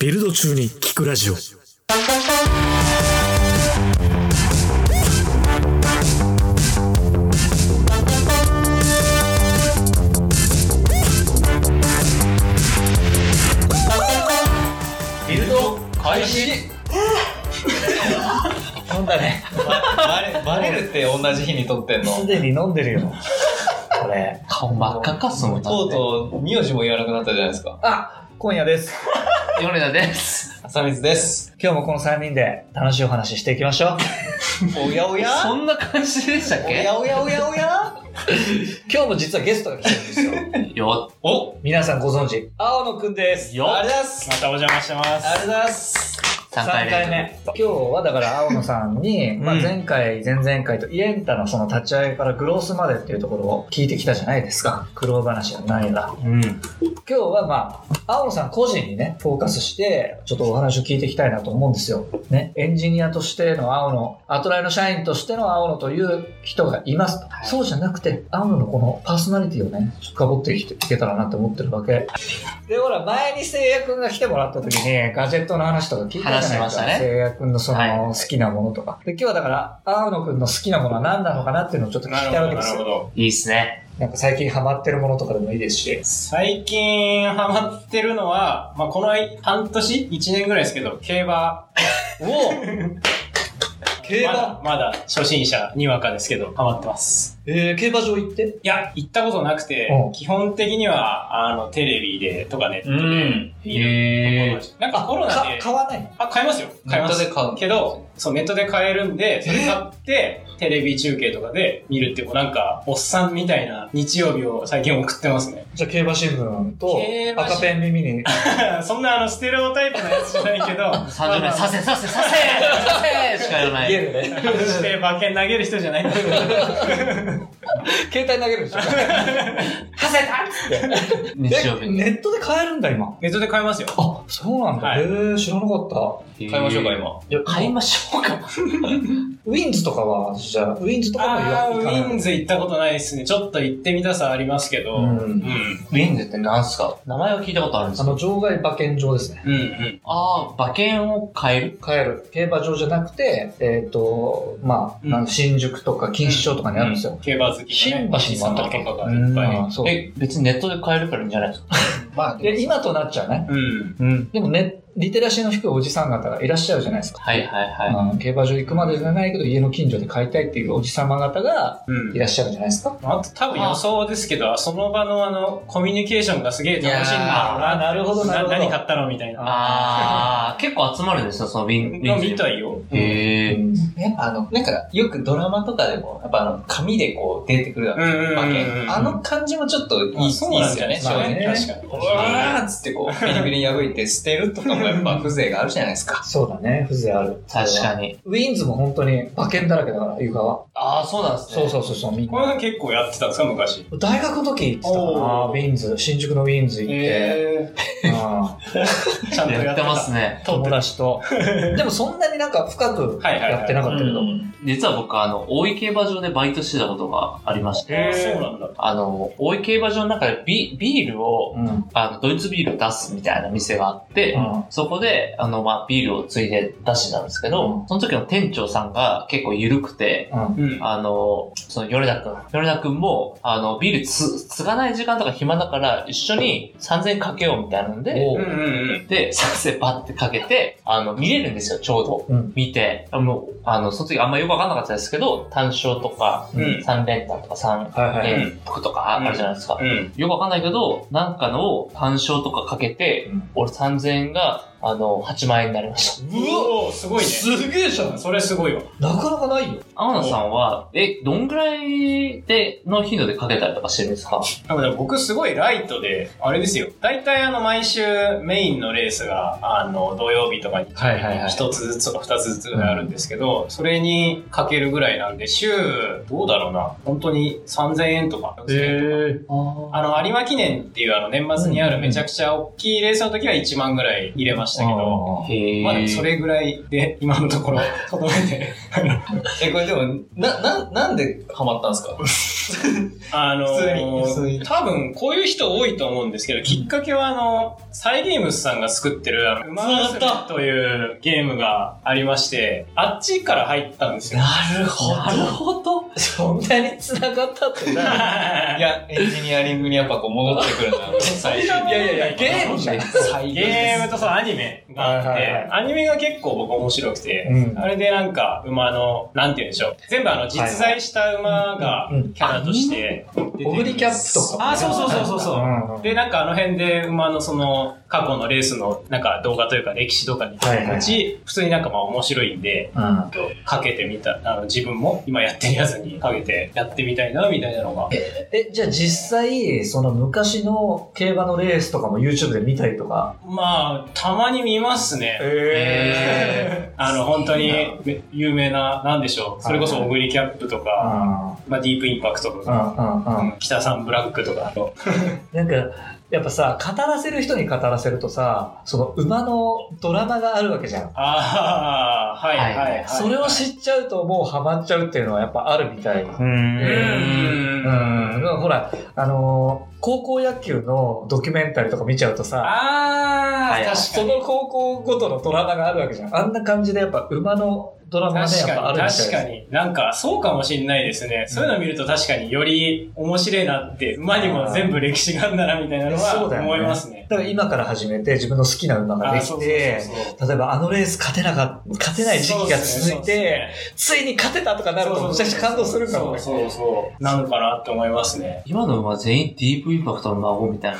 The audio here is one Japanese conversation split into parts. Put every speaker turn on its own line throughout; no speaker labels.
ビルド中に聞くラジオ。
ビルド開始飲んだねバレバレるって同じ日に撮ってんの
すでに飲んでるよ。これ。
顔真っ赤かすもんな
とうとう名字も言わなくなったじゃないですか
あ今夜です。
米田です
朝水です
今日もこの3人で楽しいお話ししていきましょう。
おやおや
そんな感じでしたっ
お
け
やおやおやおや
今日も実はゲストが来てるんですよ。
よ
お
皆さんご存知、青野くんです。
よ
ありがとうございます
たお邪魔してま
ありがとうございます
3回目
今日はだから青野さんに、まあ、
うん
前回、前々回とイエンタのその立ち上げからグロースまでっていうところを聞いてきたじゃないですか。苦労話やないだ。
うん
今日はまあ、青野さん個人にね、フォーカスして、ちょっとお話を聞いていきたいなと思うんですよ。ね、エンジニアとしての青野、アトライの社員としての青野という人がいます。そうじゃなくて、青野のこのパーソナリティをね、ちょっとかぶってきていけたらなって思ってるわけ。で、ほら、前に聖夜くんが来てもらった時に、ガジェットの話とか聞いたじゃない
話してま
で
し
す
た
か。
ね
聖夜くんのその、
はい
好きなものとか。で、今日はだから、青野くんの好きなものは何なのかなっていうのをちょっと聞きたいわけですよ。
ど
いいっすね
なんか最近ハマってるものとかでもいいですし。
最近ハマってるのは、まあ、この半年 ?1 年ぐらいですけど、競馬。
おお競
まだまだ初心者、にわかですけど、ハマってます。
えー、競馬場行って
いや、行ったことなくて
うん、
基本的には、あの、テレビで、とかね、
うん
見る
へ
なんかコロナで
か、買わない
あ、買いますよ。
ネ
買い
ッ
ま
ト
す
で。買う
けど、そう、ネットで買えるんで、それ買って、テレビ中継とかで見るっていう、なんか、おっさんみたいな日曜日を最近送ってますね。
じゃあ競馬新聞と
競馬新聞
赤ペン耳に
そんなあの、ステレオタイプのやつじゃないけ ど、
30
まあま
名
あ
させさせさせさせしか言わな
言え
い
るね。
して馬券投げる人じゃないんだけど、
携帯投げるでしょ。
させた日曜日
えネットで買えるんだ、今。
ネットで買えますよ。
あ、そうなんだ。
はい
へえ、知らなかった。
買
買いましょうか今
いや
買いましょうか
ウィンズとかは、じゃあ、ウィンズとかも言
あ
わ
ーウ
行かない
ィンズ行ったことないですね。ちょっと行ってみたさありますけど。
う
うん。うん
ん。
ウィンズってなんすか名前は聞いたことあるんです
あ
か
の、場外馬券場ですね。
うん。
ああ馬券を買える
買える。競馬場じゃなくて、えっ、と、まあ、
うん
なんか新宿とか錦糸町とかにあるんですよ。
競馬好き、ね。
新橋にもあったっけ
貴様とかがいっぱ
うんそう
え別にネットで買えるからいいんじゃないですか
まあ
で今となっちゃうね。
い。うん。
うん
でもね、リテラシーの低いおじさん方がいらっしゃるじゃないですか。
はいはいは
あの競馬場行くまでじゃないけど家の近所で買いたいっていうおじ様方が
うん
い。らっしゃるんじゃないですか。
あと多分予想ですけど、その場のあの、コミュニケーションがすげえ楽しいんだろうな。
いやーなるほどなるほど
何買ったのみたい
い
な。
ああ結構集まるんですよそのウィンウィ
の
ンズ
見たいよ。
へえ
やっぱあのなんかよくドラマとかでもやっぱあの紙でこう出てくるわ
うん
け
うんうん
馬
うん。
券あの感じもちょっといい,、
まあ、
です
そ
よ
う
ね
なんじゃない
まあね
確かに。
うわーっつってこうビリビリ破いて捨てるとかもやっ ぱ風情があるじゃないですか
そうだね、風情ある。
確かに
ウィンズも本当に馬券だらけだから、床は。
ああそうなんですね
そうそうそうそう、みん
この
な。
辺結構やってたんですか、昔。
大学の時行ってたかな、ウ
おー
ィンズ、新宿のウィンズ行って、あー
ーちゃんとや
や
っ
って
た
てますね。
友達と。でもそんなになんか深く
はいはいはい
やってなかったけど、
実は僕、あの、大井競馬場でバイトしてたことがありまして、
へーそうなんだ。
あの、大井競馬場の中でビビールを、
うん
あの、ドイツビールを出すみたいな店があって、
うん
そこで、あの、まあ、ビールをついで出してたんですけど、
うん
その時の店長さんが結構緩くて、
うん
うん。
あの、その、米田くん。米田くんも、あの、ビールつ、つがない時間とか暇だから、一緒に3000円かけようみたいなんで、
お
うんう
うん
うん。
で、先生バッてかけて、あの、見れるんですよ、ちょうど。
うん
見て、あもう、あの、その時あんまよくわかんなかったですけど、単勝とか、
うん
三連単とか三
はいはい。
連服とかあるじゃないですか。
うん。
よくわかんないけど、なんかのを単勝とかかけて、
うん
俺3000円が、あの、8万円になりました。
うおーすごいね。
すげえじゃん
それすごいわ。
なかなかないよ。
青野さんは、え、どんぐらいで、の頻度でかけたりとかしてるんですか
なんかでも僕すごいライトで、あれですよ。大体あの毎週メインのレースが、あの土曜日とかに
はいはいはい
一つずつとか二つずつぐらいあるんですけど、それにかけるぐらいなんで、週、どうだろうな。本当に3000円とか。
え。
あ
あの、有馬記念っていうあの年末にあるめちゃくちゃ大きいレースの時は1万ぐらい入れまししたけど、
うん
へ
まだそれぐらいで今のところ届いて、
え、これでも、な、な、なんでハマったんですか
あの
普通に普通に
多分こういう人多いと思うんですけど、きっかけはあの、サイゲームスさんが作ってる、あの、 馬
繋がった
というゲームがありまして、あっちから入ったんですよ。
なるほ
なるほど。
そんなに繋がったってない
いや、エンジニアリングにやっぱこう戻ってくるな、最終
いやいやいや
ゲームじゃん
最
ゲームとそのアニメがあっ
はい
て、
はいはい
アニメが結構僕面白くて、
うん
あれでなんか馬の、なんて言うんでしょう。全部あの実在した馬が
うん
キャラとして出てくる
オグリキャップとかもね
あ、そうそうそうそうそう。
うんうん
で、なんかあの辺で馬のその過去のレースのなんか動画というか歴史とかに
はいはいはい
うち、普通になんかまあ面白いんで、
うん
かけてみた、あの自分も今やってるやつにかけてやってみたいなみたいなのが。
え、じゃあ実際、その昔の競馬のレースとかも YouTube で見たりとか。
まあ、たまに見ますね。
え
あの、本当にめ有名な、なんでしょう。それこそ、オグリキャップとか、
あ
まあ、ディープインパクトと
うんう
か、
んうん。
北さんブラックとか、
なんか、やっぱさ、語らせる人に語らせるとさ、その馬のドラマがあるわけじゃん。
ああ、はいはいはい、はい。
それを知っちゃうともうハマっちゃうっていうのはやっぱあるみたい。
う。
うん。
うんん。ほら、あのー高校野球のドキュメンタリーとか見ちゃうとさ、
あ
はい
あ、確か
そ
に。
の高校ごとのドラマがあるわけじゃん。あんな感じでやっぱ馬のドラマがね、や
確
っぱ
か
ある
に、
みたい
確かに。なんか、そうかもしんないですね。そういうの見ると確かにより面白いなって、馬にも全部歴史があるんだな、みたいなの
そうだ
は
よね
思いますね。
だから今から始めて自分の好きな馬が
あ
で
ー
き
そうそう
て、
そうそう
例えばあのレース勝てなかった、勝てない時期が続いて、、ついに勝てたとかなるとめちゃくちゃ感動するから
そう
ね。
そうそう。なのかなって思いますね。
今の馬全員ディープインパクトの孫みたいな。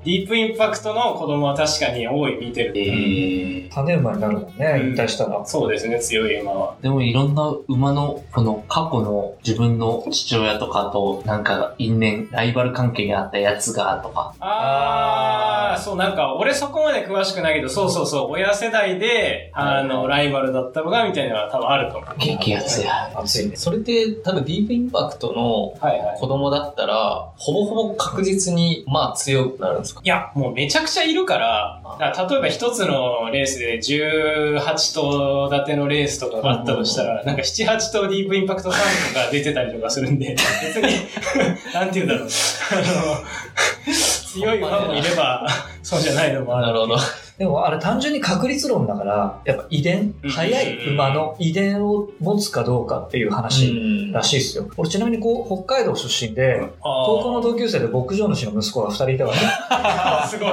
ディープインパクトの子供は確かに多い見てる。
えー
種馬になるもんね、
うん
引退したら。
そうですね、強い馬は。
でもいろんな馬の、この過去の自分の父親とかと、なんか因縁、ライバル関係にあったやつが、とか。
あー、そう、なんか、俺そこまで詳しくないけど、そうそうそう、親世代で、あの、ライバルだったのが、みたいなのは多分あると思う。
激アツや。
熱いね。
それって多分ディープインパクトの
はいはい。
子供だったら、ほぼほぼ確実に、まあ強くなるんですか
いや、もうめちゃくちゃいるから、だから例えば一つのレースで18頭立てのレースとかがあったとしたら、なんか7、8頭ディープインパクト3とか出てたりとかするんで、別 に、なんて言うんだろう。あの、強い馬もいれば、そうじゃないのもある。
なるほ ど。
でもあれ単純に確率論だから、やっぱ遺伝
う、ん
速い馬の遺伝を持つかどうかっていう話
ん
らしいですよ。俺ちなみにこう、北海道出身で、高校の同級生で牧場主の息子が2人いたから、
あーすごい。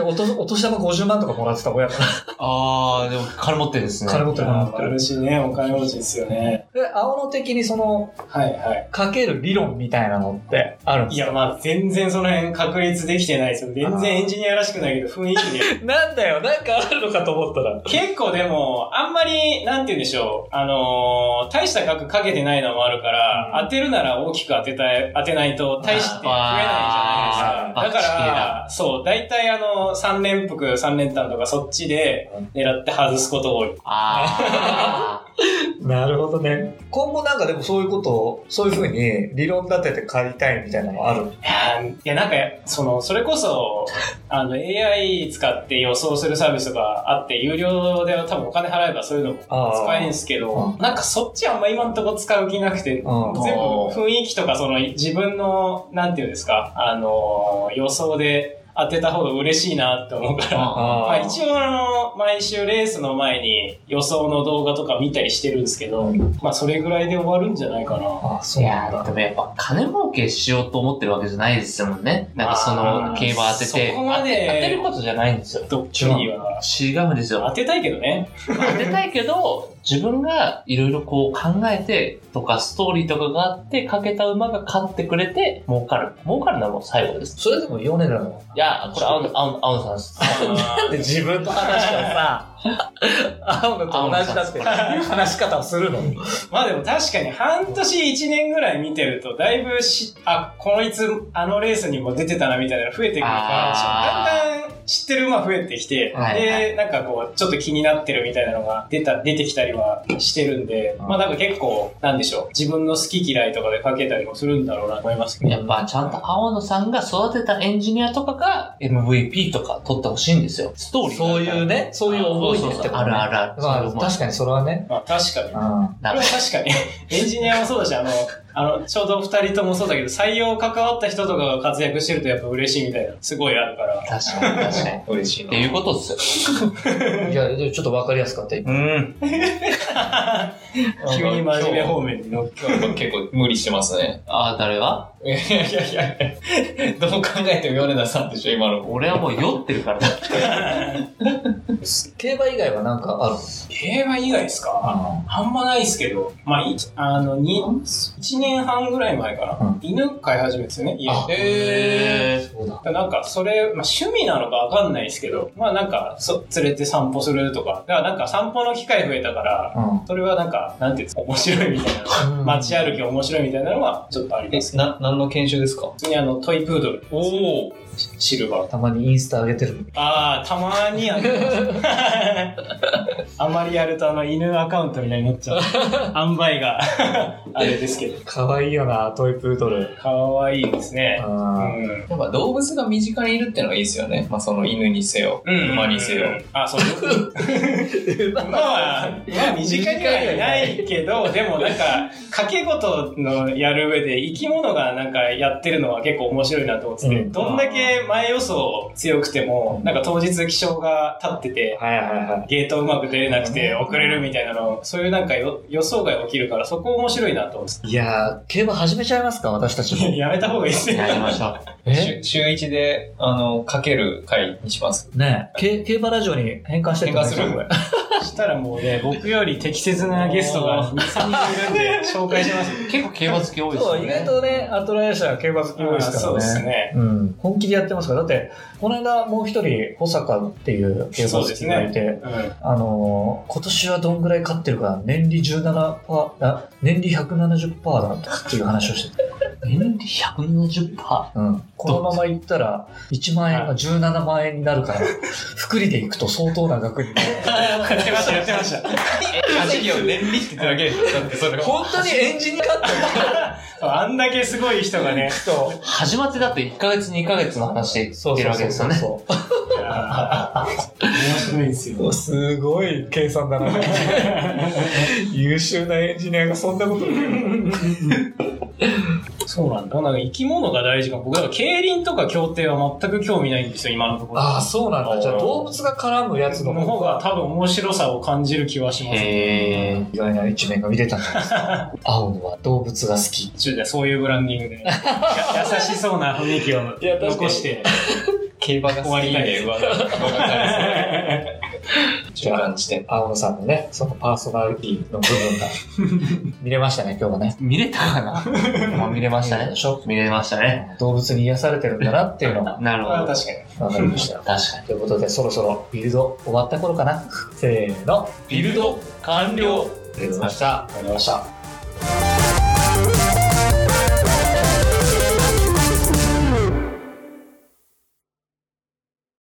本当におとお年玉50万とかもらってた親から、
あー、でも金持ってるんですね。
金持ってるなって
あるしね、お金持ちですよね。
で、青野的にその、
はいはい。
かける理論みたいなのってあるんで
い
す
や、まあ全然その辺確立できてないですよ。全然エンジニアらしくないけど、雰囲気
か
で。
なんだよ、なんかあるのかと思ったら。
結構でも、あんまり、なんて言うんでしょう。あのー大した額かけてないのもあるから、
うん
当てるなら大きく当てたい、当てないと大して増えないじゃないですか。だ
あー
から、そう、大体あの、3連複、3連単とかそっちで狙って外すこと多い。
あ
なるほどね。今後なんかでもそういうことを、そういうふうに理論立てて買いたいみたいなのがある。
いやーいや、なんか、その、それこそ、あの、AI 使って予想するサービスがあって、有料で多分お金払えばそういうのも
あー
使えるんですけど
う、
なんかそっちあんま今んとこ使う気なくて、全部
うん
雰囲気とか、その、自分の、なんていうんですか、あのー、予想で当てた方が嬉しいなって思 うから、まあ、一応あの、毎週レースの前に予想の動画とか見たりしてるんですけど、まあ、それぐらいで終わるんじゃないかな。
あ、そ
ー。
う
い
な
や
ん
ー、
だ。
でもやっぱ金儲けしようと思ってるわけじゃないですもんね。なんかそ
ま
の
あ
競馬当てて。
そこまで
当て当てることじゃないんですよ。
どっちには。
違うんですよ。
当てたいけ どね。
当てたいけど、自分がいろいろこう考えて、とかストーリーとかがあって、かけた馬が勝ってくれて、儲かる。儲かるのはもう最後です。
それでも米田の。
いや、これ、青野、青野、青野さんです。
なんで自分の話をさ、青野と同じだっていう話し方をするの。
まあでも確かに半年一年ぐらい見てると、だいぶし、あ、こいつあのレースにも出てたなみたいなの増えてくるか
あ
ら、
ー
だんだん知ってる馬増えてきて、
はいはい
で、なんかこう、ちょっと気になってるみたいなのが出た、出てきたりはしてるんで、まあなんか結構、なんでしょう、自分の好き嫌いとかでかけたりもするんだろうなと思いますけど。
やっぱ、ちゃんと青野さんが育てたエンジニアとかが、が MVP とか取ってほしいんですよ。ストーリーが
そういうね、そういう思いで
そう
っ
そう
て
そ
こ
う
と
あ
ね
るあるある。
ま
そういう
あ、
思い
確かにそれはね。
まあ確かに。こ
うん
だ
れ
か
は
ら
確かに。 エンジニアもそうだし、あの、あの、ちょうど二人ともそうだけど、採用関わった人とかが活躍してるとやっぱ嬉しいみたいな、すごいあるから。
確かに確かに。っ
嬉しいな。
ていうことですよ。
いや、でもちょっとわかりやすかった。今
うん。
急に真面目方面に乗っ
今日は結構無理してますね。
あ、誰が
いやいやいやいや、どう考えても米田さんでしょ、今の。
俺はもう酔ってるからだ。
競馬以外はなんかある
競馬以外ですかあんまないですけど、まあ、いあの、に一年半ぐらい前かな、
うん
犬飼い始めてですよね、家
あ
で。
へー。
そうだ。
なんか、それ、まあ、趣味なのかわかんないですけど、まあなんか、そ、連れて散歩するとか、だからなんか散歩の機会増えたから、
う
それはなんか、なんていうんですか、面白いみたい
うん
な、街歩き面白いみたいなのは、ちょっとあり
え
ます、けど、
な、何の研修ですか
普通にあの、トイプードル、
おお。
シシルバー。
ん。たまにインスタ上げてる。
ああ、たまーにあのあんまりやるとあの、犬アカウントみたいになっちゃう。塩梅が、あれですけど。
可愛いよな、トイプードル。
かわいいですね。う
あ
ん。
やっぱ動物が身近にいるってのがいいですよね。まあその犬にせよ、馬にせよ。。
あ、そう。
ー
馬は、馬は身近にはいないけど、でもなんか、掛け事のやる上で生き物がなんかやってるのは結構面白いなと思ってて、
うん
どんだけ前予想強くても、なんか当日気象が立ってて、
はいはいはい。
ゲートうまく出れなくて遅れるみたいなの、そういうなんかよ予想外起きるから、そこ面白いなと思って
いやー、競馬始めちゃいますか、私たち
て
も。
やめた方がいいですね。
やりましょう。
え
週週一で、あの、かける回にします。
ねえ、け競馬ラジオに変換してってください
変換する
これ
したらもうね、僕より適切なゲストが2、3人いるんで、紹介します。
結構競馬好き多いですよ
そう、意
ね
外。とね、アトラエーシャー競馬好き多いですからね。
そうです。ね。
うん、本気でやってますから。だって、この間もう一人、保坂っていう競馬好きがいて、
うん。
あのー今年はどんぐらい勝ってるか、年利17%パー、あ年利170%パーだったっていう話をしてて、
年利170%。
うん、このままいったら、1万円が17万円になるから、福利でいくと相当な額になる。
やってました、やってました。
稼ぎを年利ってだけでしょ。だってそれ
本当にエンジニアかって
あんだけすごい人がね。
人。
始まってだって1ヶ月2ヶ月の話
そう
してるわけですよね。
そう
面白いんですよ。
そうすごい計算 だな。優秀なエンジニアがそんなこと
そうなんだ。もうなんか生き物が大事かも。僕は競輪とか競艇は全く興味ないんですよ、今のところ。
ああ、そうなんだ。じゃあ動物が絡むやつの
の
方
方が
が
多分面白さを感じる気はします。
へー。
意外な一面が見れたんじゃないです か。青野は動物が好き。
ちょっとそういうブランディングで。や優しそうな雰囲気を
いや確かに
残して。
競馬が好きで上だ中間 地点。
青野さんのね、そのパーソナリティの部分が見れましたね、今日はね。
見れたかなまあ見れましたね
で。しょ
見れましたね。
動物に癒されてるんだなっていうのが
なるほ
あ
ど。
確かに。
分かりましたよ。
確かに。
ということで、そろそろビルド終わった頃かな。せーの。
ビルド完了
ありがとうございました。ありがとうございました。